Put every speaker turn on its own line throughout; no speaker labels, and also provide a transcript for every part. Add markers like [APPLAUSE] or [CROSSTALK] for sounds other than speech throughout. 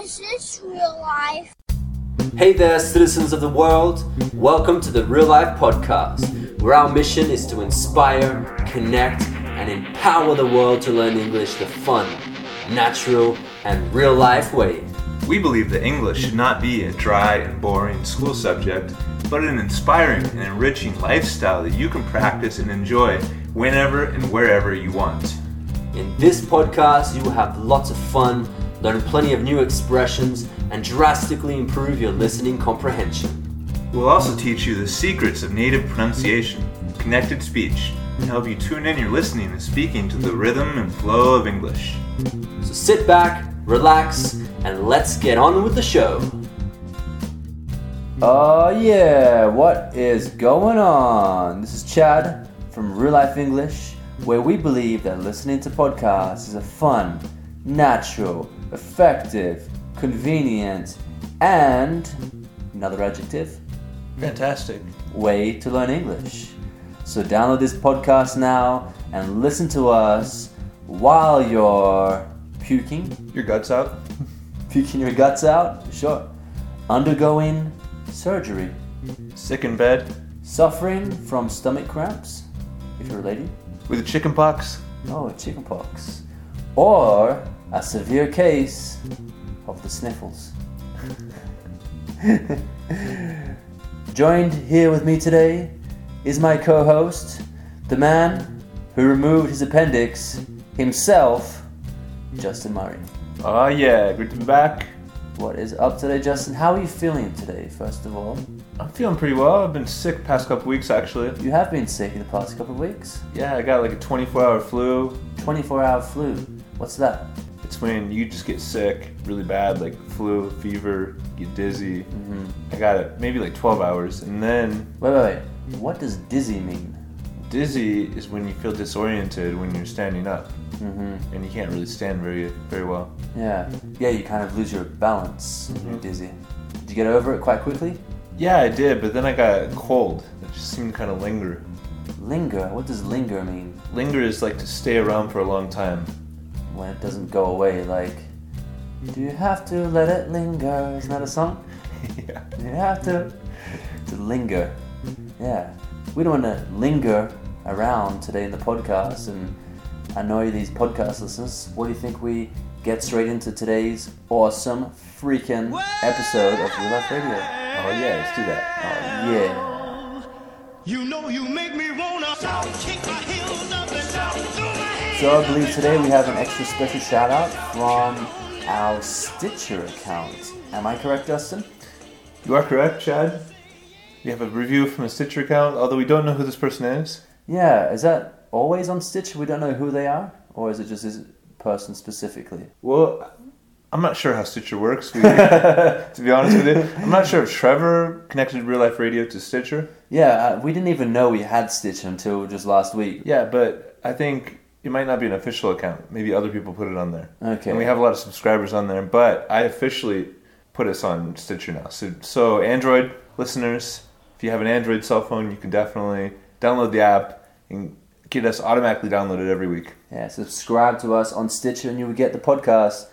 Is this real life?
Hey there, citizens of the world. Welcome to the Real Life Podcast, where our mission is to inspire, connect, and empower the world to learn English the fun, natural, and real life way.
We believe that English should not be a dry and boring school subject, but an inspiring and enriching lifestyle that you can practice and enjoy whenever and wherever you want.
In this podcast, you will have lots of fun, learn plenty of new expressions, and drastically improve your listening comprehension.
We'll also teach you the secrets of native pronunciation, connected speech, and help you tune in your listening and speaking to the rhythm and flow of English.
So sit back, relax, and let's get on with the show. Oh, yeah, what is going on? This is Chad from Real Life English, where we believe that listening to podcasts is a fun, natural, effective, convenient, and another adjective
Fantastic.
way to learn English. So download this podcast now and listen to us while you're puking,
Your guts out?
puking your guts out, sure, undergoing surgery,
Sick in bed?
suffering from stomach cramps, if you're a lady,
With a chicken pox?
oh, chickenpox, or a severe case of the sniffles. [LAUGHS] Joined here with me today is my co host, the man who removed his appendix himself, Justin Murray.
Oh yeah, good to be back.
What is up today, Justin? How are you feeling today, first of all?
I'm feeling pretty well. I've been sick past couple weeks actually.
You have been sick the past couple of weeks.
Yeah, I got like a 24 hour flu.
24 hour flu. What's that?
It's when you just get sick really bad, like flu, fever, get dizzy. I got it maybe like 12 hours. And then
Wait, wait, wait. What does dizzy mean?
dizzy is when you feel disoriented when you're standing up. And you can't really stand very very well.
Mm-hmm. Yeah. Yeah, you kind of lose your balance when you're dizzy. Did you get over it quite quickly?
Yeah, I did, but then I got a cold. It just seemed to kind of linger.
Linger. What does linger mean?
Linger is like to stay around for a long time. [LAUGHS]
When it doesn't go away, like. Do you have to let it linger? Isn't that a song?
yeah.
Do you have to. To linger. Yeah. We don't want to linger around today in the podcast and annoy these podcast listeners. What do you think we get straight into today's awesome freaking episode of Real Life Radio?
Oh yeah, let's do that.
Yeah.
You know you make me wanna kick my heels up and down, throw my hands
So I
up
believe
and
today we
down.
have an extra special shout out from our Stitcher account. Am I correct, Justin?
You are correct, Chad. We have a review from a Stitcher account, although we don't know who this person is.
Yeah, is that always on Stitcher? We don't know who they are? Or is it just this person specifically?
Well, I'm not sure how Stitcher works. We, to be honest with [LAUGHS] you, I'm not sure if Trevor connected Real Life Radio to Stitcher.
[LAUGHS] Yeah, uh, we didn't even know we had Stitcher until just last week.
Yeah, but I think it might not be an official account. Maybe other people put it on there.
Okay.
And we have a lot of subscribers on there, but I officially put us on Stitcher now. So, so Android listeners, if you have an Android cell phone, you can definitely download the app and get us automatically downloaded every week.
Yeah, subscribe to us on Stitcher and you will get the podcast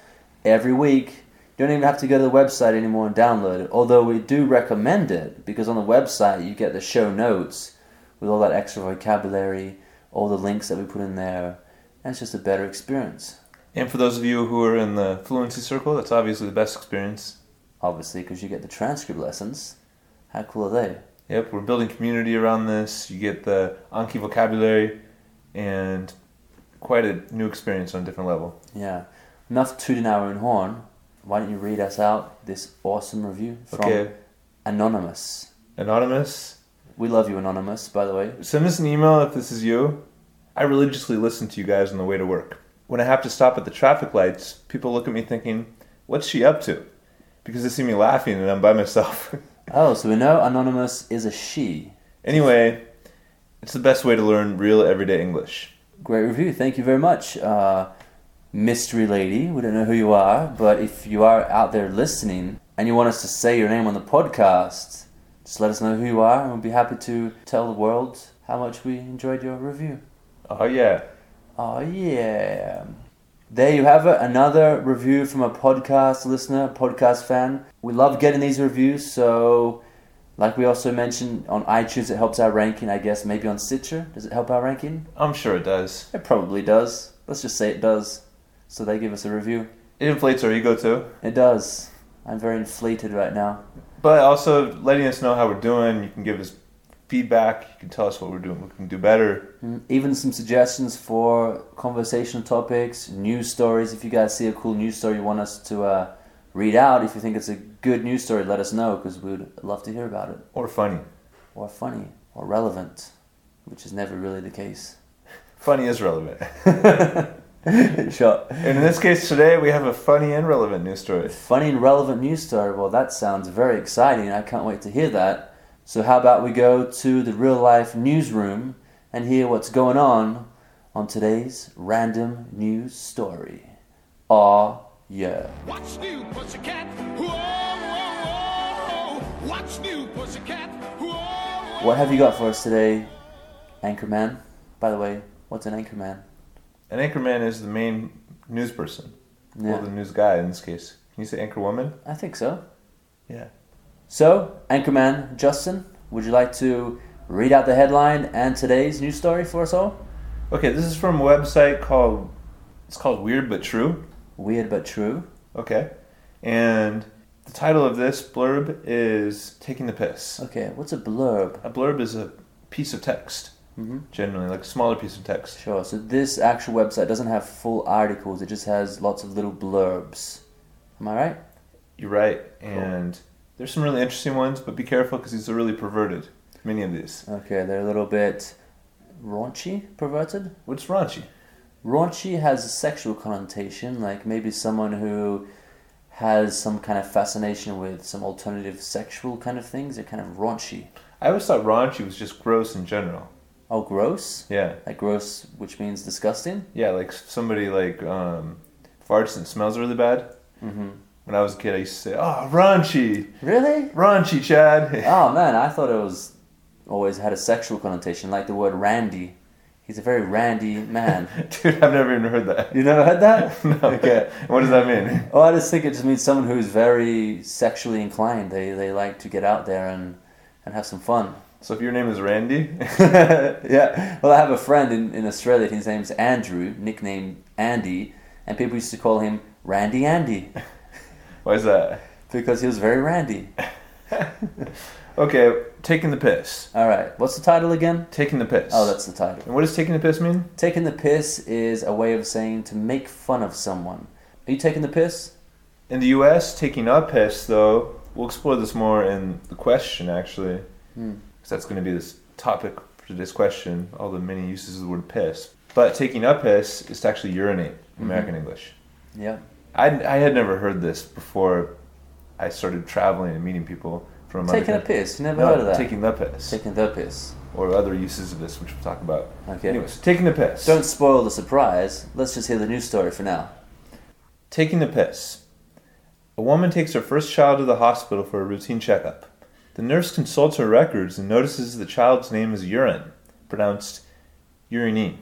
every week. You don't even have to go to the website anymore and download it, although we do recommend it because on the website you get the show notes with all that extra vocabulary, all the links that we put in there, and it's just a better experience,
And for those of you who are in the fluency circle, that's obviously the best experience.
obviously, because you get the transcript lessons. How cool are they?
Yep, we're building community around this. You get the Anki vocabulary and quite a new experience on a different level.
Yeah. Enough tooting our own horn. Why don't you read us out this awesome review from
Okay.
Anonymous?
Anonymous,
We love you, Anonymous, by the way.
send us an email if this is you. I religiously listen to you guys on the way to work. When I have to stop at the traffic lights, people look at me thinking, what's she up to? Because they see me laughing and I'm by myself. [LAUGHS]
Oh, so we know Anonymous is a she.
anyway, it's the best way to learn real everyday English.
Great review. Thank you very much, uh, mystery lady. We don't know who you are, but if you are out there listening and you want us to say your name on the podcast, just let us know who you are, and we'll be happy to tell the world how much we enjoyed your review.
Oh, yeah.
Oh yeah. There you have it, another review from a podcast listener, podcast fan. We love getting these reviews, so like we also mentioned on iTunes, it helps our ranking, I guess. Maybe on Stitcher, does it help our ranking?
I'm sure it does.
It probably does. Let's just say it does. So they give us a review.
It inflates our ego too.
It does. I'm very inflated right now.
But also letting us know how we're doing. You can give us feedback. You can tell us what we're doing. We can do better.
Mm, Even some suggestions for conversational topics, news stories. If you guys see a cool news story you want us to uh, read out, if you think it's a good news story, let us know because we would love to hear about it.
Or funny.
Or funny, or relevant, which is never really the case. [LAUGHS]
Funny is relevant. [LAUGHS]
Sure.
and in this case today, we have a funny and relevant news story.
Funny and relevant news story. Well, that sounds very exciting. I can't wait to hear that. So, how about we go to the real life newsroom and hear what's going on on today's random news story? Aw, yeah.
What's new, pussycat? Whoa, whoa, whoa. What's new, pussycat? Whoa.
What have you got for us today, Anchorman? By the way, what's an Anchorman?
An anchorman is the main news person.
Yeah.
Well, the news guy in this case. Can you say anchor woman?
I think so.
Yeah.
So, Anchorman Justin, would you like to read out the headline and today's news story for us all?
Okay, this is from a website called it's called Weird But True.
Weird but true.
Okay. And the title of this blurb is Taking the Piss.
Okay, what's a blurb?
A blurb is a piece of text,
Mhm.
generally, like a smaller piece of text.
Sure. So this actual website doesn't have full articles. It just has lots of little blurbs. Am I right?
You're right. And there's some really interesting ones, but be careful because these are really perverted, many of these.
Okay, they're a little bit raunchy, perverted.
What's raunchy?
Raunchy has a sexual connotation, like maybe someone who has some kind of fascination with some alternative sexual kind of things. They're kind of raunchy.
I always thought raunchy was just gross in general.
Oh, gross.
Yeah.
Like gross, which means disgusting.
Yeah, like somebody like um, farts and smells really bad.
Mm-hmm.
When I was a kid, I used to say, "Oh, raunchy,
Really?
raunchy, Chad."
[LAUGHS]
[LAUGHS]
Oh man, I thought it was always had a sexual connotation, like the word Randy. He's a very randy man.
Dude, I've never even heard
[LAUGHS]
that. [LAUGHS]
You never heard that?
No.
Ah. [LAUGHS] Okay.
What does that mean? [LAUGHS]
Oh, I just think it just means someone who's very sexually inclined. They they like to get out there and and have some fun.
So if your name is Randy, [LAUGHS]
yeah. Well, I have a friend in, in Australia. His name's Andrew, nicknamed Andy, and people used to call him Randy Andy [LAUGHS]
why is that?
because he was very randy.
Okay, taking the piss.
All right. What's the title again?
Taking the piss.
Oh, that's the title.
And what does taking the piss mean?
Taking the piss is a way of saying to make fun of someone. Are you taking the piss?
In the U.S., taking a piss, though, we'll explore this more in the question actually,
Hmm.
because that's going to be this topic for today's question. All the many uses of the word piss. But taking a piss is to actually urinate in
Mm-hmm.
American English.
Yeah.
I, I had never heard this before I started traveling and meeting people from other
Taking a
countries.
piss. You never
No,
heard of that.
taking the piss.
Taking the piss.
or other uses of this, which we'll talk about.
Okay.
Anyways, taking the piss.
Don't spoil the surprise. Let's just hear the news story for now.
Taking the piss. A woman takes her first child to the hospital for a routine checkup. The nurse consults her records and notices the child's name is Urine, pronounced Urine.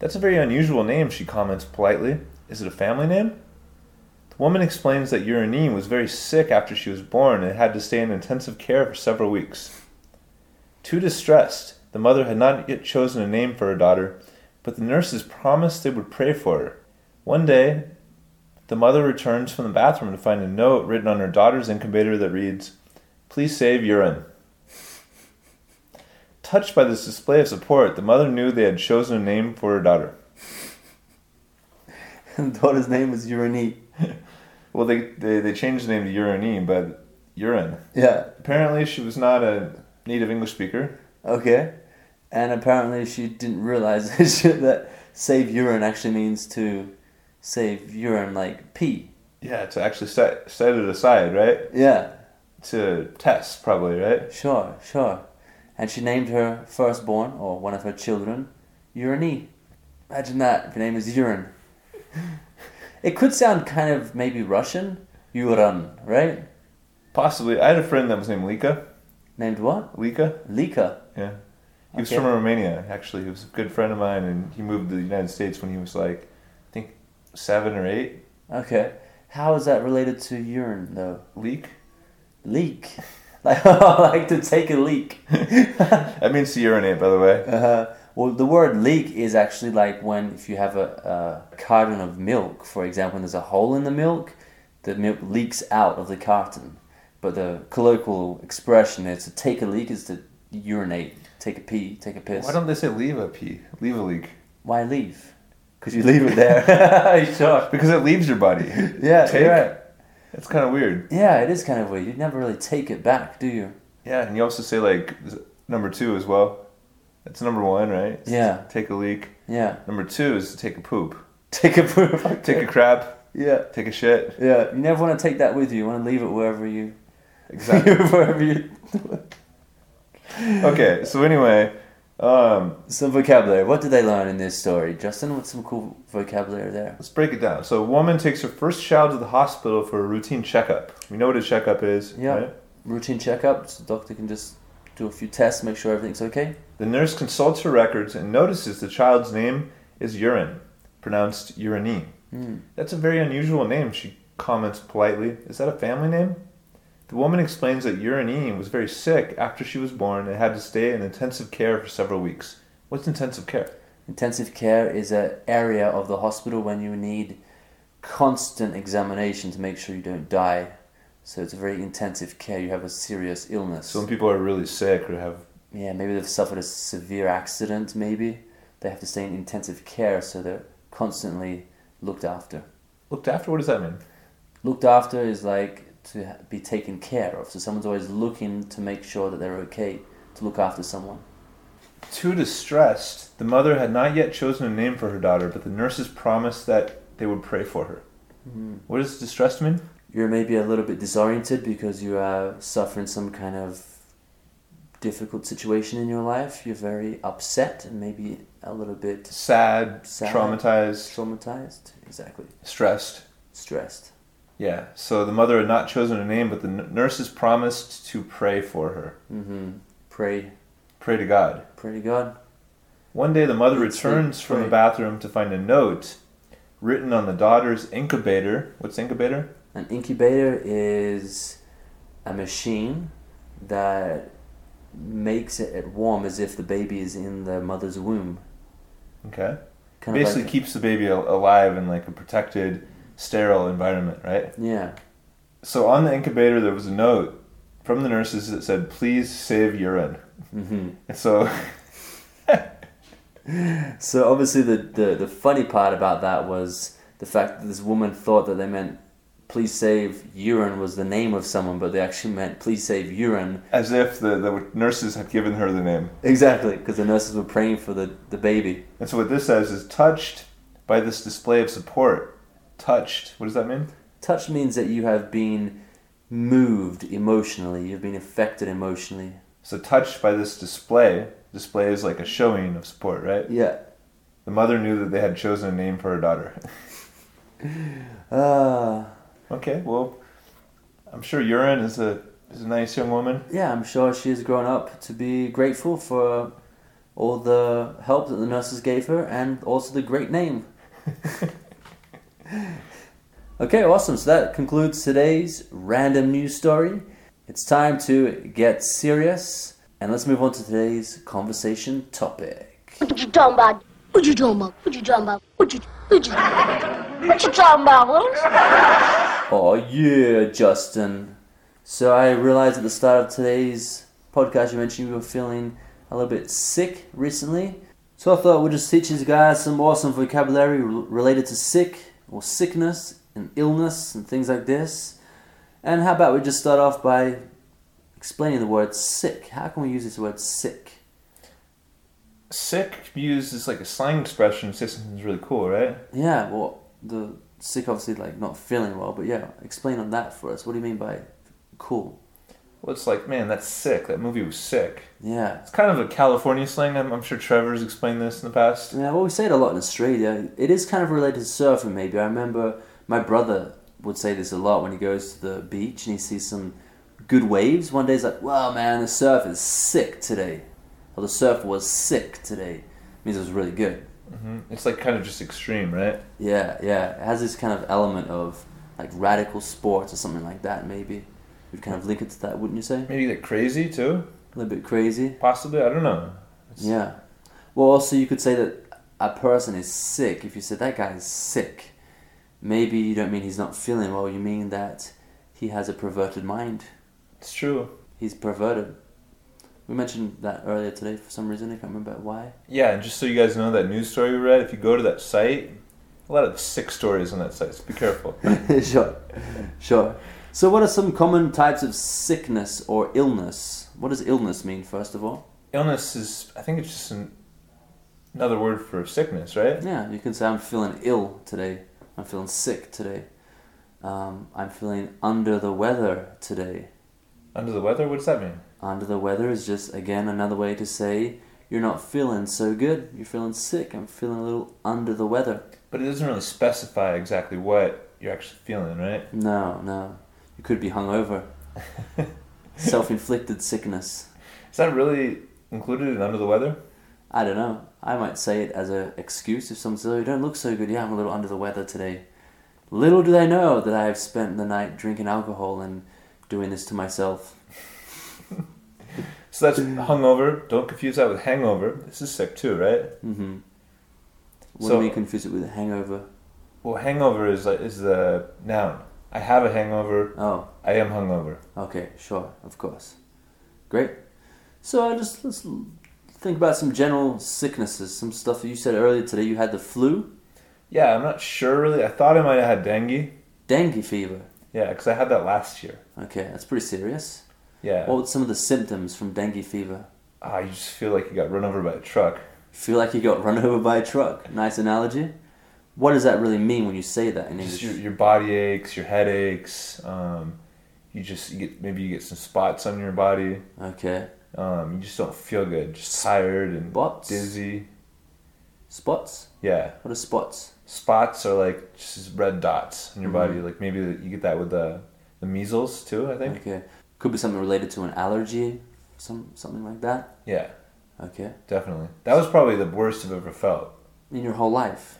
That's a very unusual name, she comments politely. Is it a family name? The woman explains that Urine was very sick after she was born and had to stay in intensive care for several weeks. Too distressed, the mother had not yet chosen a name for her daughter, but the nurses promised they would pray for her. One day, the mother returns from the bathroom to find a note written on her daughter's incubator that reads, Please save urine. Touched by this display of support, the mother knew they had chosen a name for her daughter.
the [LAUGHS] daughter's name was Uranie.
Well, they, they, they changed the name to Urine, but urine.
Yeah.
Apparently, she was not a native English speaker.
Okay. And apparently she didn't realize [LAUGHS] that she- that save urine actually means to save urine like pee.
Yeah, to actually set, set it aside, right?
Yeah.
To test, probably, right?
Sure, sure. And she named her firstborn, or one of her children, Uranie. Imagine that, if your name is Urine. [LAUGHS] It could sound kind of maybe Russian. Uran, right?
Possibly. I had a friend that was named Lika.
Named what?
Lika?
Lika.
Yeah. He was
Okay.
from Romania, actually. He was a good friend of mine, and he moved to the United States when he was like, I think, seven or eight
Okay. How is that related to urine though?
leak.
Leak. [LAUGHS] Like I like to take a leak. [LAUGHS]
That means to urinate, by the way.
Uh, well, the word leak is actually like when if you have a, a carton of milk, for example, and there's a hole in the milk, the milk leaks out of the carton. But the colloquial expression is to take a leak is to urinate, take a pee, take a piss.
Why don't they say leave a pee, leave a leak?
Why leave? Because you leave it there. [LAUGHS] sure.
Because it leaves your [LAUGHS] body.
Yeah,
Take?
you're right.
That's kind of weird.
Yeah, it is kind of weird. You never really take it back, do you?
Yeah, and you also say like z- number two as well. That's number one, right? It's
Yeah.
to Take a leak.
Yeah.
Number two is to take a poop.
Take a [LAUGHS] poop.
Take a crap.
Yeah.
Take a shit.
Yeah. You never want to take that with you. You want to leave it wherever you.
[LAUGHS] Exactly.
[LAUGHS] wherever you.
okay. So anyway, um,
Some vocabulary. What did they learn in this story? Justin, what's some cool vocabulary there?
Let's break it down. So, a woman takes her first child to the hospital for a routine checkup. We know what a checkup is,
Yeah.
right?
Routine checkup. So the doctor can just do a few tests, make sure everything's okay.
The nurse consults her records and notices the child's name is Urine, pronounced Urine. That's a very unusual name, she comments politely. Is that a family name? The woman explains that Urine was very sick after she was born and had to stay in intensive care for several weeks. What's intensive care?
Intensive care is an area of the hospital when you need constant examination to make sure you don't die. So it's a very intensive care. You have a serious illness.
So, when people are really sick or have
yeah, maybe they've suffered a severe accident. Maybe they have to stay in intensive care, so they're constantly looked after.
looked after, what does that mean?
Looked after is like to ha- be taken care of. So someone's always looking to make sure that they're okay to look after someone.
Too distressed, the mother had not yet chosen a name for her daughter, but the nurses promised that they would pray for her. What does distressed mean?
You're maybe a little bit disoriented because you are suffering some kind of difficult situation in your life. You're very upset and maybe a little bit
Sad,
Sad.
traumatized,
traumatized. Exactly.
stressed.
Stressed.
Yeah, so the mother had not chosen a name, but the n- nurses promised to pray for her.
Mm-hmm. Pray.
Pray to God.
Pray to God.
One day the mother
Let's see.
returns from the
Pray.
written on the daughter's incubator. What's incubator?
An incubator is a machine that makes it warm as if the baby is in the mother's womb.
Okay.
Kind
Basically
of like,
keeps the baby al- alive in like a protected, sterile environment, right?
yeah,
So on the incubator, there was a note from the nurses that said, "Please save urine."
hmm
And so [LAUGHS]
So obviously the, the the funny part about that was the fact that this woman thought that they meant please save urine was the name of someone, but they actually meant please save urine.
as if the, the nurses had given her the name.
Exactly, because the nurses were praying for the, the baby.
And so what this says is, "Touched by this display of support." Touched. What does that mean?
Touch means that you have been moved emotionally, you've been affected emotionally.
So touched by this display. Display is like a showing of support, right?
Yeah.
The mother knew that they had chosen a name for her daughter. [LAUGHS]
Uh,
okay, well, I'm sure urine is a is a nice young woman.
yeah, I'm sure she has grown up to be grateful for all the help that the nurses gave her and also the great name. okay, awesome. So that concludes today's random news story. It's time to get serious and let's move on to today's conversation topic.
What you talking about? What you talking about? What you talking about? What you what you what you talking about, Willis?
Oh, yeah, Justin. So I realized at the start of today's podcast you mentioned you were feeling a little bit sick recently. So I thought we'd just teach these guys some awesome vocabulary rel- related to sick or sickness and illness and things like this. And how about we just start off by explaining the word sick? How can we use this word sick?
Sick used as like a slang expression. Say something's really cool, right?
Yeah, well, the sick obviously like not feeling well, but yeah, explain on that for us. What do you mean by cool?
Well, it's like, man, that's sick. That movie was sick.
Yeah,
It's kind of a California slang. I'm, I'm sure Trevor's explained this in the past.
Yeah, well, we say it a lot in Australia. It is kind of related to surfing, maybe. I remember my brother would say this a lot when he goes to the beach and he sees some good waves. One day he's like, wow, man, the surf is sick today. Or the surf was sick today. means it was really good.
It's like kind of just extreme, right?
Yeah, yeah. It has this kind of element of like radical sports or something like that. Maybe you'd kind of link it to that, wouldn't you say?
Maybe like crazy too,
A little bit crazy.
possibly. I don't know.
Yeah. Well, also you could say that a person is sick. If you said that guy is sick, maybe you don't mean he's not feeling well. You mean that he has a perverted mind.
It's true.
He's perverted. We mentioned that earlier today for some reason. I can't remember why. [LAUGHS]
Yeah, and just so you guys know, that news story we read. If you go to that site, a lot of sick stories on that site. So be careful.
sure, sure. So, what are some common types of sickness or illness? What does illness mean, first of all?
Illness is, I think, it's just an, another word for sickness, right?
Yeah, you can say I'm feeling ill today. I'm feeling sick today. Um, I'm feeling under the weather today.
Under the weather. What does that mean?
Under the weather is just again another way to say you're not feeling so good. You're feeling sick. I'm feeling a little under the weather.
But it doesn't really specify exactly what you're actually feeling, right?
No, no. You could be hungover. Self-inflicted sickness.
Is that really included in under the weather?
I don't know. I might say it as an excuse if someone says, "Oh, you don't look so good." Yeah, I'm a little under the weather today. Little do they know that I have spent the night drinking alcohol and doing this to myself.
So that's hungover. Don't confuse that with hangover. This is sick too, right?
Mm-hmm. When
So-
we confuse it with a hangover.
Well, hangover is like is the noun. I have a hangover.
Oh,
I am hungover.
okay, sure, of course. Great. So I just let's l- think about some general sicknesses, some stuff that you said earlier today. You had the flu,
Yeah, I'm not sure really. I thought I might have had dengue.
dengue fever.
Yeah, because I had that last year.
Okay, that's pretty serious.
Yeah.
What were some of the symptoms from dengue fever?
Ah, you just feel like you got run over by a truck.
Feel like you got [LAUGHS] run over by a truck. Nice analogy. What does that really mean when you say that in English?
Just your, your body aches, your head aches. Um, you just you get maybe you get some spots on your body.
Okay.
Um, you just don't feel good. Just tired and
Spots?
dizzy.
Spots?
Yeah.
What are spots?
spots are like just red dots in your body. Like maybe you get that with the the measles too. I think.
Okay. Could be something related to an allergy, some something like that.
Yeah,
Okay.
definitely. That was probably the worst I've ever felt.
In your whole life.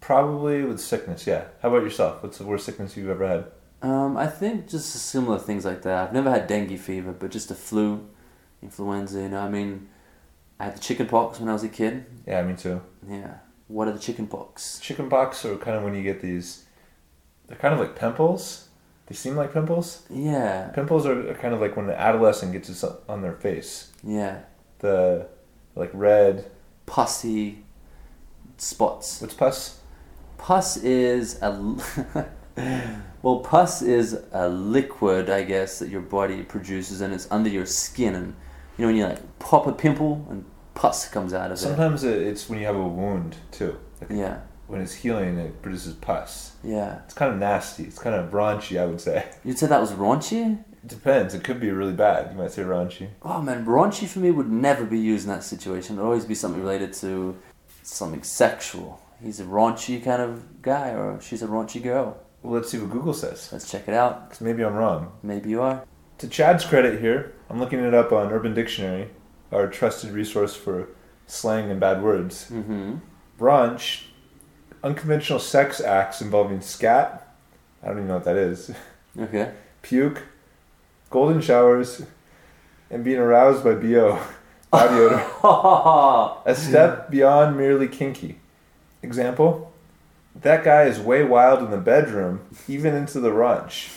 Probably with sickness. Yeah. How about yourself? What's the worst sickness you've ever had?
Um, I think just similar things like that. I've never had dengue fever, but just the flu, influenza, you know, I mean I had the chicken pox when I was a kid.
Yeah, me too.
Yeah. What are the chicken pox?
Chicken pox are kind of when you get these. They're kind of like pimples. They seem like pimples.
Yeah.
Pimples are are kind of like when an adolescent gets this on their face.
Yeah.
The like red.
Pussy spots.
What's pus?
Pus is a l- [LAUGHS] well, pus is a liquid, I guess, that your body produces, and it's under your skin. And you know when you like pop a pimple and pus comes out of it.
Sometimes it- it's when you have a wound too. Like
Yeah,
When it's healing, it produces pus.
yeah.
It's kind of nasty. It's kind of raunchy, I would say.
You'd say that was raunchy.
It depends. It could be really bad. You might say raunchy.
Oh man, raunchy for me would never be used in that situation. It'd always be something related to something sexual. He's a raunchy kind of guy, or she's a raunchy girl.
Well, let's see what Google says.
Let's check it out.
'Cause maybe I'm wrong.
Maybe you are.
To Chad's credit here, I'm looking it up on Urban Dictionary, our trusted resource for slang and bad words.
Hmm.
Mm-hmm. Raunch, unconventional sex acts involving scat. I don't even know what that is. [LAUGHS]
Okay. [LAUGHS]
Puke, golden showers, and being aroused by bo. Body odor. A step beyond merely kinky. Example? That guy is way wild in the bedroom, even into the ranch.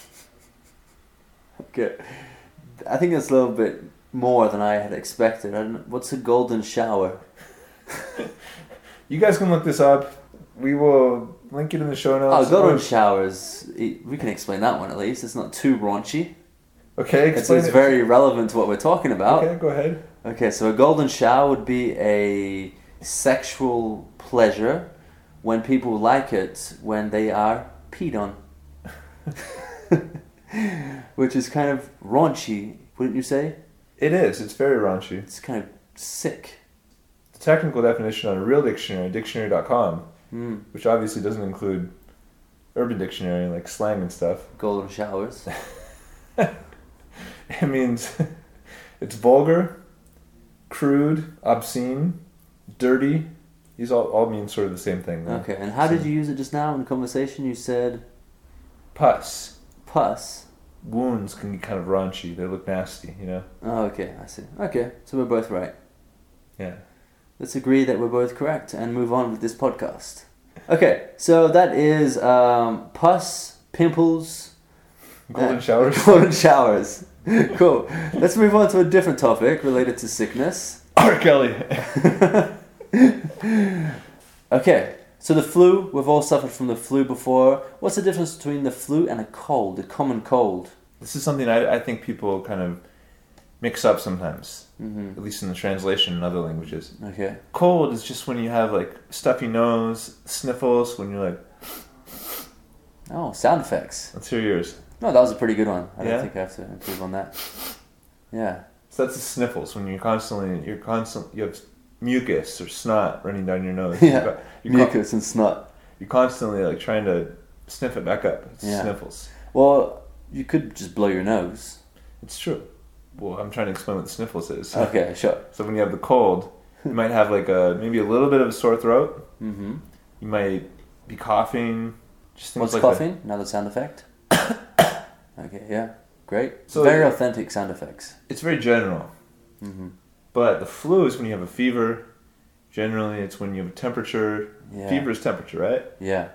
Good. I think that's a little bit more than I had expected. I don't know. What's a golden shower?
You guys can look this up. We will link it in the show
Oh,
notes.
golden showers. e- We can explain that one at least. It's not too raunchy.
Oh, Okay,
It's,
explain
it's
it.
very relevant to what we're talking about.
Okay, go ahead.
Okay, so a golden shower would be a sexual pleasure when people like it when they are peed on. [LAUGHS] Which is kind of raunchy, wouldn't you say?
It is. It's very raunchy.
It's kind of sick.
The technical definition on a real dictionary, dictionary.com,
Hmm.
which obviously doesn't include urban dictionary, like slang and stuff,
Golden showers.
[LAUGHS] it means it's vulgar, crude, obscene, dirty, These all, all mean sort of the same thing. though.
Okay, and how did you use it just now in conversation? You said
Pus.
pus.
Wounds can get kind of raunchy. They look nasty, you know?
Oh, okay, I see. Okay, so we're both right.
Yeah.
Let's agree that we're both correct and move on with this podcast. Okay, so that is um, pus, pimples,
Golden
uh,
showers.
[LAUGHS]
[LAUGHS]
golden showers. cool. Let's move on to a different topic related to sickness. [LAUGHS]
R. Kelly. [LAUGHS]
Okay, so the flu. We've all suffered from the flu before. What's the difference between the flu and a cold, a common cold?
this is something I, I think people kind of mix up sometimes, mm-hmm. at least in the translation in other languages.
Okay.
Cold is just when you have like stuffy nose, sniffles, when you're like,
Oh, sound effects.
let's hear yours.
No, that was a pretty good one. I
Yeah?
don't think I have to improve on
[LAUGHS]
that. Yeah. [LAUGHS]
So that's the sniffles when you're constantly you're constant you have mucus or snot running down your nose.
Yeah.
You're, con-
Mucus and snot.
you're constantly like trying to sniff it back up. It's
Yeah.
Sniffles.
Well, you could just blow your nose.
It's true. Well, I'm trying to explain what the sniffles is.
Okay, sure.
So when you have the cold, you might have like a maybe a little bit of a sore throat.
Mm-hmm.
You might be coughing. Just things
What's
like that.
coughing? Another sound
[COUGHS]
effect. okay, yeah, great.
So-
Very authentic sound effects.
It's very general.
Mm-hmm.
But the flu is when you have a fever. Generally, it's when you have a temperature.
Yeah.
Fever is temperature, right?
Yeah,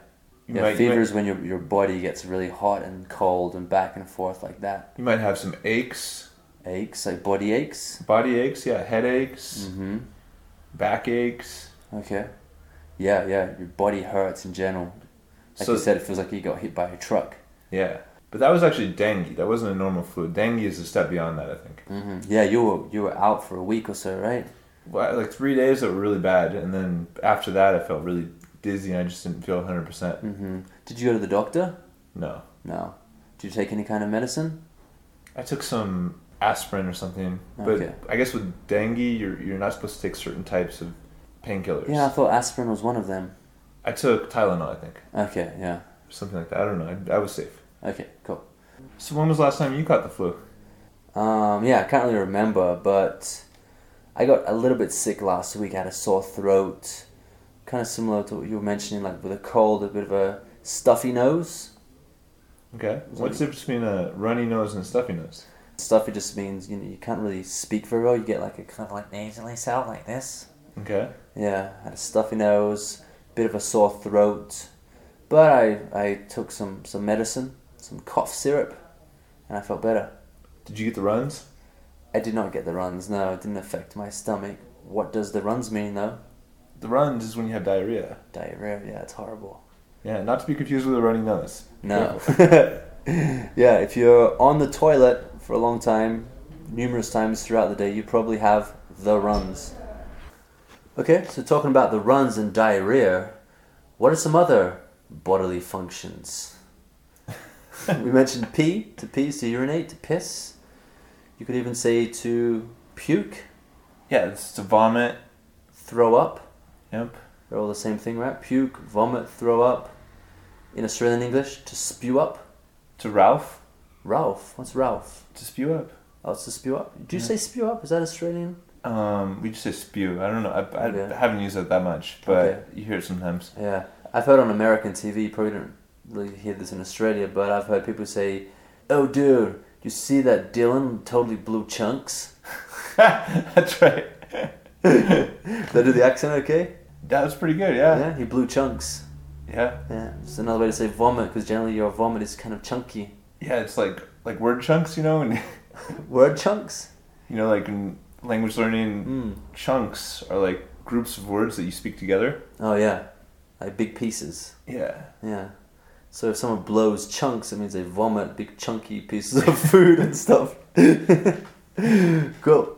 You
yeah.
might, you
fever
might-
is when your your body gets really hot and cold and back and forth like that.
You might have some aches,
Aches, like body aches.
body aches, yeah, headaches,
Mm-hmm.
back aches.
Okay. Yeah, yeah. Your body hurts in general. Like
So-
you said, it feels like you got hit by a truck.
Yeah. But that was actually dengue. That wasn't a normal flu. Dengue is a step beyond that, I think.
hmm Yeah, you were you were out for a week or so, right?
Well, like three days that were really bad, and then after that, I felt really dizzy and I just didn't feel 100%. percent
hmm Did you go to the doctor?
No.
No. Did you take any kind of medicine?
I took some aspirin or something, but
Okay.
I guess with dengue, you're, you're not supposed to take certain types of painkillers.
Yeah, I thought aspirin was one of them.
I took Tylenol, I think,
Okay, yeah.
something like that. I don't know. I, I was safe.
Okay, cool.
So when was the last time you caught the flu?
Um, yeah, I can't really remember, but I got a little bit sick last week. I had a sore throat, kind of similar to what you were mentioning, like with a cold, a bit of a stuffy nose.
Okay. What's the difference between a runny nose and a stuffy nose?
Stuffy just means you know you can't really speak very well. You get like a kind of like nasally sound like this.
Okay.
Yeah, I had a stuffy nose, bit of a sore throat, but I I took some some medicine, some cough syrup, and I felt better.
Did you get the runs?
I did not get the runs. No, it didn't affect my stomach. What does the runs mean though?
The runs is when you have diarrhea.
Diarrhea. Yeah, it's horrible.
Yeah, not to be confused with a runny nose.
No. [LAUGHS] yeah, if you're on the toilet for a long time, numerous times throughout the day, you probably have the runs. Okay, so talking about the runs and diarrhea, what are some other bodily functions? we mentioned pee, to pee is to urinate, to piss. You could even say to puke,
Yeah, it's to vomit.
throw up.
Yep.
They're all the same thing, right? Puke, vomit, throw up. In Australian English, to spew up.
To Ralph.
Ralph, what's Ralph?
To spew up.
Oh, it's to spew up. Do you say spew up? Is that Australian?
Um, we just say spew. I don't know. I, I
Yeah.
haven't used it that much, but
Okay.
you hear it sometimes. [LAUGHS]
Yeah. I've heard on American TV, you probably don't really hear this in Australia, but I've heard people say, Oh, dude, you see that Dylan totally blew chunks? [LAUGHS]
That's right. [LAUGHS]
Did I do the accent okay?
That was pretty good. Yeah.
Yeah, he blew chunks.
Yeah. Yeah.
Yeah. It's another way to say vomit, because generally your vomit is kind of chunky.
it's like like word chunks, you know, and [LAUGHS]
Word chunks?
you know, like in language learning,
Hmm.
chunks are like groups of words that you speak together.
Oh, yeah. Like big pieces.
Yeah.
Yeah. So if someone blows chunks, it means they vomit big chunky pieces of [LAUGHS] food and stuff. cool.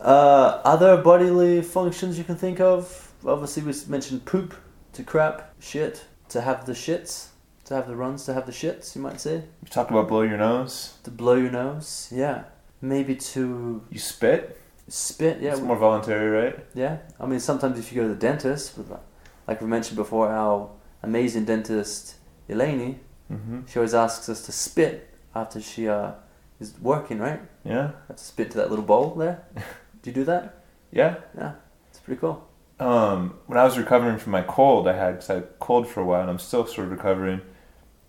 Uh, other bodily functions you can think of? Obviously, we mentioned poop, to crap, shit, to have the shits, to have the runs, to have the shits, you might say.
You talk about blow your nose.
To blow your nose, yeah. Maybe to
You spit.
spit, yeah.
it's more voluntary, right?
Yeah, I mean sometimes if you go to the dentist, with, like we mentioned before, our amazing dentist Eleni,
Mhm.
she always asks us to spit after she uh, is working, right?
Yeah.
have to spit to that little bowl there. do you do that?
Yeah.
Yeah, it's pretty cool.
um, when I was recovering from my cold, I had cause I had cold for a while, and I'm still sort of recovering.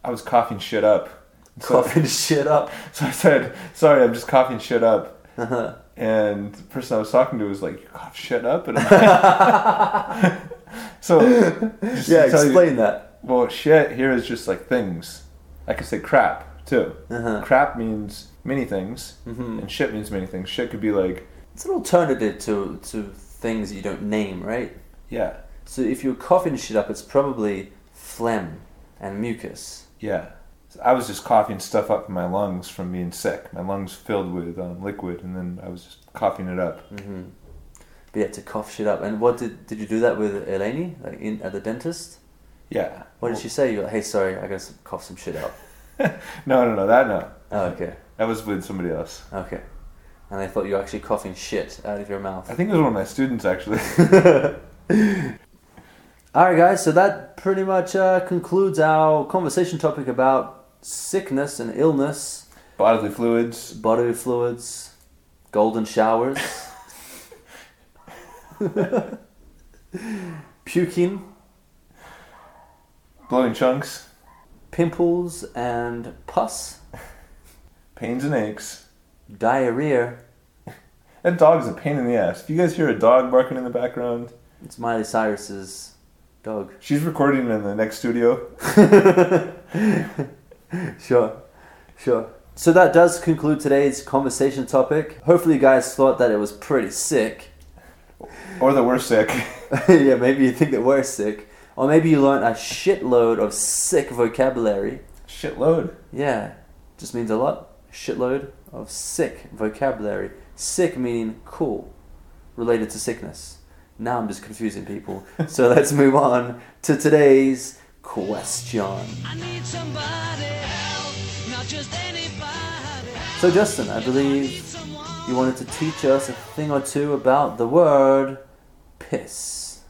I was coughing shit up. So,
Coughing shit up.
[LAUGHS]
[LAUGHS]
so I said, "Sorry, I'm just coughing shit up." And the person I was talking to was like, "You cough shit
[LAUGHS]
up," and I'm like, [LAUGHS] so just to
Yeah,
tell you-
explain that.
well, shit here is just like things. I could say crap too.
Uh-huh. Mm-hmm.
Crap means many things, and shit means many things. Shit could be like,
It's an alternative to to things you don't name, right?
yeah,
So if you're coughing shit up, it's probably phlegm and mucus.
yeah. So I was just coughing stuff up in my lungs from being sick. My lungs filled with um, liquid, and then I was just coughing it up.
Mm. But yeah, to cough shit up. And what did did you do that with Eleni? Like in at the dentist?
Yeah.
What did she say? You're like, hey, sorry, I gotta s- cough some shit up.
No, no, no. That no.
Oh, okay,
That was with somebody else.
okay. And I thought you were actually coughing shit out of your mouth.
I think it was one of my students actually. [LAUGHS]
All right, guys. So that pretty much uh, concludes our conversation topic about sickness and illness,
Bodily fluids.
bodily fluids, golden showers, [LAUGHS] puking,
Blowing chunks.
pimples and pus,
Pains and aches.
diarrhea.
That dog is a pain in the ass. If you guys hear a dog barking in the background,
It's Miley Cyrus's dog.
she's recording in the next studio.
[LAUGHS] Sure, sure. So that does conclude today's conversation topic. Hopefully, you guys thought that it was pretty sick. [LAUGHS]
Or that we're sick. [LAUGHS]
yeah, maybe you think that we're sick. Or maybe you learned a shitload of sick vocabulary.
Shitload.
Yeah, just means a lot. Shitload of sick vocabulary. Sick meaning cool, related to sickness. Now I'm just confusing people. so let's move on to today's question.
I need somebody help, not just anybody.
So, Justin, I
Need
believe
someone.
you wanted to teach us a thing or two about the word piss.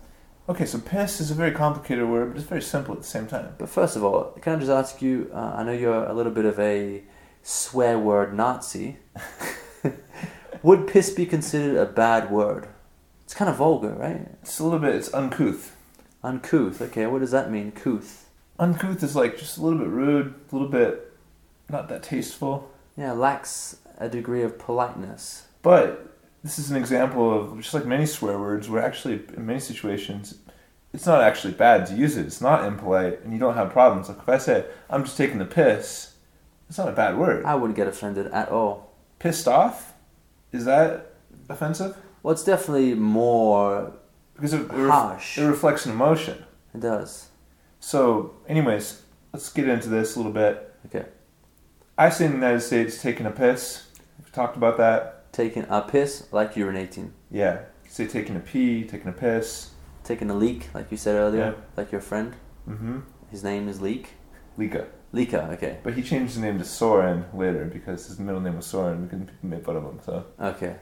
Okay, so piss is a very complicated word, but it's very simple at the same time.
But first of all, can I just ask you? Uh, I know you're a little bit of a swear word Nazi. [LAUGHS] Would piss be considered a bad word? It's kind of vulgar, right?
It's a little bit, it's uncouth.
Uncouth. Okay, what does that mean? Couth.
Uncouth is like just a little bit rude, a little bit not that tasteful.
Yeah, lacks a degree of politeness.
But this is an example of, just like many swear words, where actually, in many situations, it's not actually bad to use it. It's not impolite, and you don't have problems. Like if I say, I'm just taking the piss, it's not a bad word.
I wouldn't get offended at all.
Pissed off? Is that offensive?
Well, it's definitely more.
Because it, it, ref-
Harsh.
it reflects an emotion.
It does.
So, anyways, let's get into this a little bit.
Okay.
I say in the United States, taking a piss. We've talked about that.
Taking a piss, like urinating.
Yeah. You say taking a pee, taking a piss.
Taking a leak, like you said earlier,
Yeah.
like your friend.
Mm-hmm.
His name is Leak.
Lika.
Leaker, okay.
But he changed his name to Soren later because his middle name was Soren because people made fun of him. So
Okay.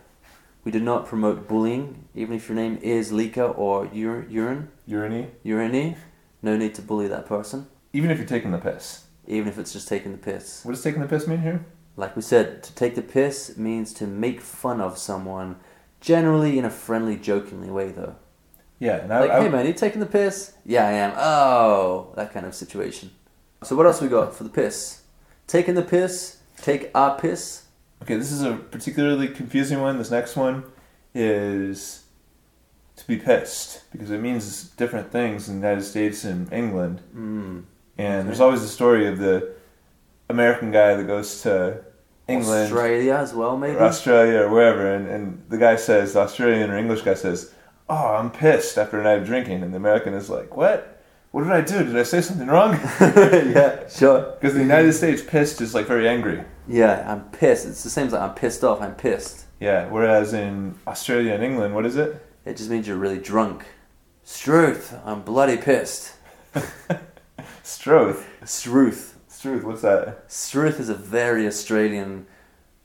We do not promote bullying, even if your name is Lika or Ur- Urine.
urini.
Urine. No need to bully that person,
E? Even if you're taking the piss.
even if it's just taking the piss.
What does taking the piss mean here?
Like we said, to take the piss means to make fun of someone, generally in a friendly, jokingly way, though.
Yeah, and I,
Like,
I-
hey man, you taking the piss? Yeah, I am. Oh, that kind of situation. So, what else we got for the piss? Taking the piss, take our piss.
Okay, this is a particularly confusing one. This next one is to be pissed because it means different things in the United States and England. Mm.
Hmm.
And there's always the story of the American guy that goes to England
Australia as well, maybe?
or Australia or wherever, and, and the guy says, the Australian or English guy says, Oh, I'm pissed after a night of drinking. And the American is like, What? What did I do? Did I say something
[LAUGHS]
wrong? [LAUGHS]
[LAUGHS] yeah, sure.
Because in the United States, pissed is like very angry.
Yeah, I'm pissed. It's the same as like, I'm pissed off. I'm pissed.
Yeah, whereas in Australia and England, what is it?
It just means you're really drunk. Struth, I'm bloody pissed.
Stroth.
Struth.
Struth, what's that?
Struth is a very Australian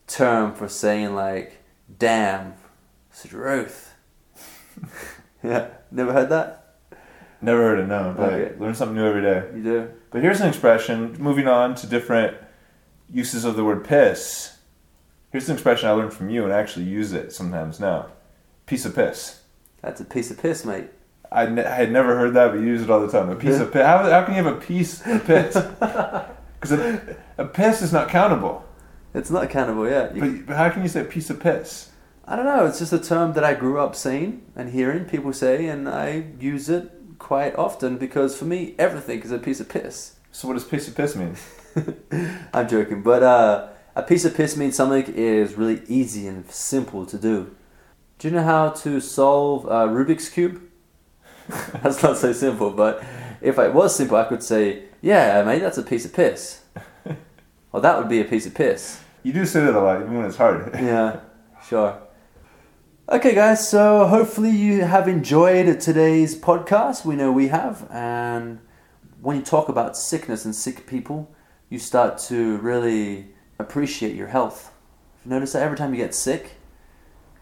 term for saying like, damn, struth. [LAUGHS] yeah, never heard that.
Never heard it, no, but
Okay.
learn something new every day.
You do.
But here's an expression, moving on to different uses of the word piss. Here's an expression I learned from you and I actually use it sometimes now. Piece of piss.
That's a piece of piss, mate.
I, ne- I had never heard that, but you use it all the time. A piece of piss. How, how can you have a piece of piss? Because a, a piss is not countable.
It's not cannibal, yeah. You-
But, but how can you say a piece of piss?
I don't know. It's just a term that I grew up seeing and hearing people say, and I use it quite often because for me, everything is a piece of piss.
So what does piece of piss mean?
[LAUGHS] I'm joking, but uh, a piece of piss means something is really easy and simple to do. Do you know how to solve uh, Rubik's cube? [LAUGHS] that's not so simple, but if it was simple, I could say, "Yeah, mate, that's a piece of piss." Well, that would be a piece of piss.
You do say that a lot, even when it's hard. [LAUGHS]
Yeah, sure. Okay, guys, so hopefully you have enjoyed today's podcast. We know we have. And when you talk about sickness and sick people, you start to really appreciate your health. You notice that every time you get sick,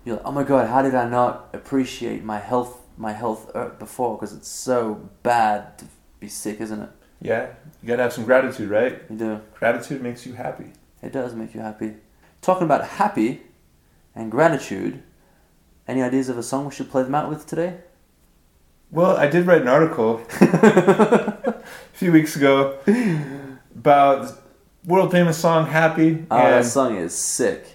you're like, oh my god, how did I not appreciate my health, my health uh, before? Because it's so bad to be sick, isn't it?
Yeah, you gotta have some gratitude, right?
You do.
Gratitude makes you happy.
It does make you happy. Talking about happy and gratitude, any ideas of a song we should play them out with today?
Well, I did write an article [LAUGHS] a few weeks ago about the world famous song "Happy."
Oh,
and
that song is sick.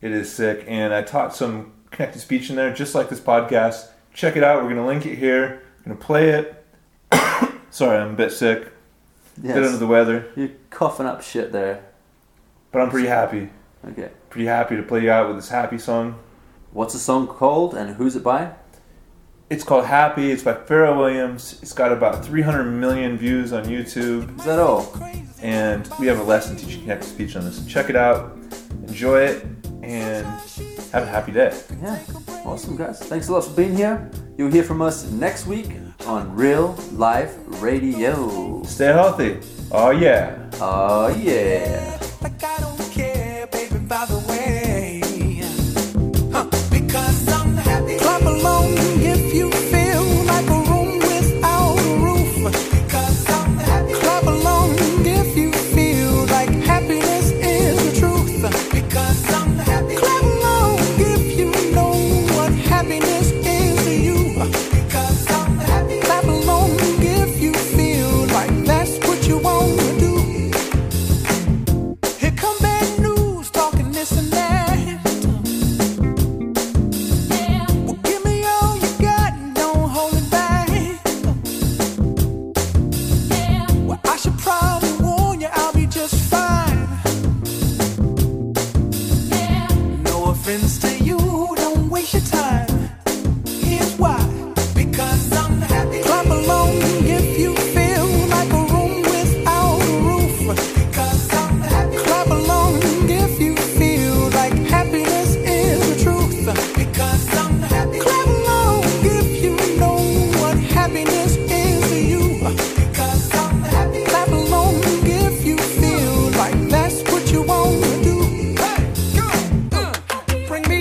It is sick, and I taught some connected speech in there, just like this podcast. Check it out. We're gonna link it here. We're gonna play it. [COUGHS] Sorry, I'm a bit sick, a bit under
Yes.
the weather,
You're coughing up shit there.
but I'm pretty happy.
Okay.
Pretty happy to play you out with this happy song.
What's the song called and who's it by?
It's called Happy. It's by Pharrell Williams. It's got about 300 million views on YouTube.
Is that all?
and we have a lesson teaching connected speech on this. Check it out, enjoy it, and have a happy day.
Yeah. Awesome, guys. Thanks a lot for being here. You'll hear from us next week on Real Life Radio.
Stay healthy. Oh yeah.
Oh, yeah.
Like I don't care, baby, by the way. Huh, because I'm happy. Clap along if you feel like a room without a roof. Because I'm happy. Clap along if you feel like happiness is the truth. Because I'm happy. Clap along if you know what happiness is to you. Because I'm happy. Clap along if you feel like that's what you want to do. Here come bad news talking this and that. Well, give me all you got and don't hold it back. Well, I should probably warn you I'll be just fine. No offense to you, don't waste your time. Here's why. Because I'm happy. Clap along if you feel like a room without a roof. Because I'm happy. Clap along if you feel like happiness is the truth. Because I'm happy. Clap along if you know what happiness is to you. Because I'm happy. Clap along if you feel like that's what you want to do. Hey, go. Uh, bring me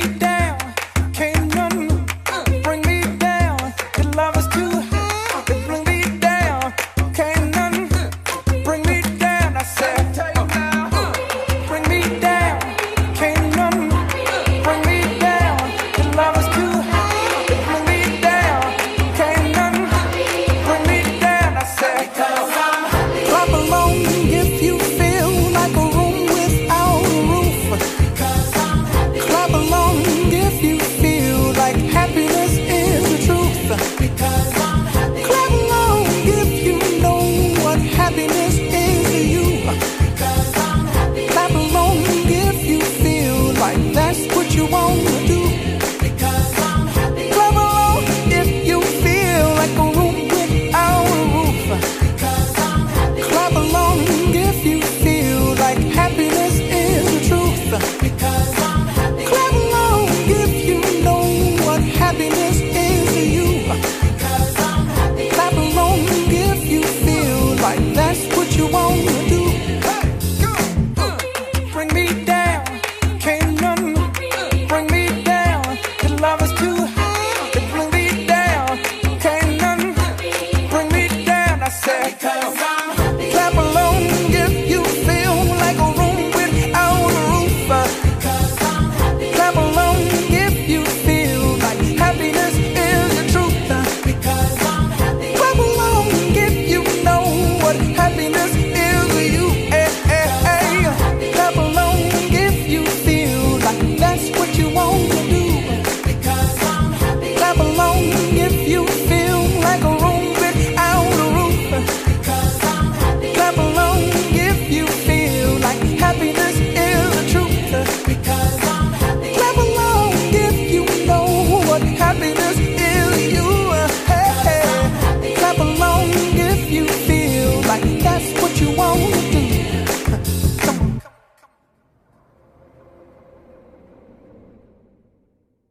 like that's what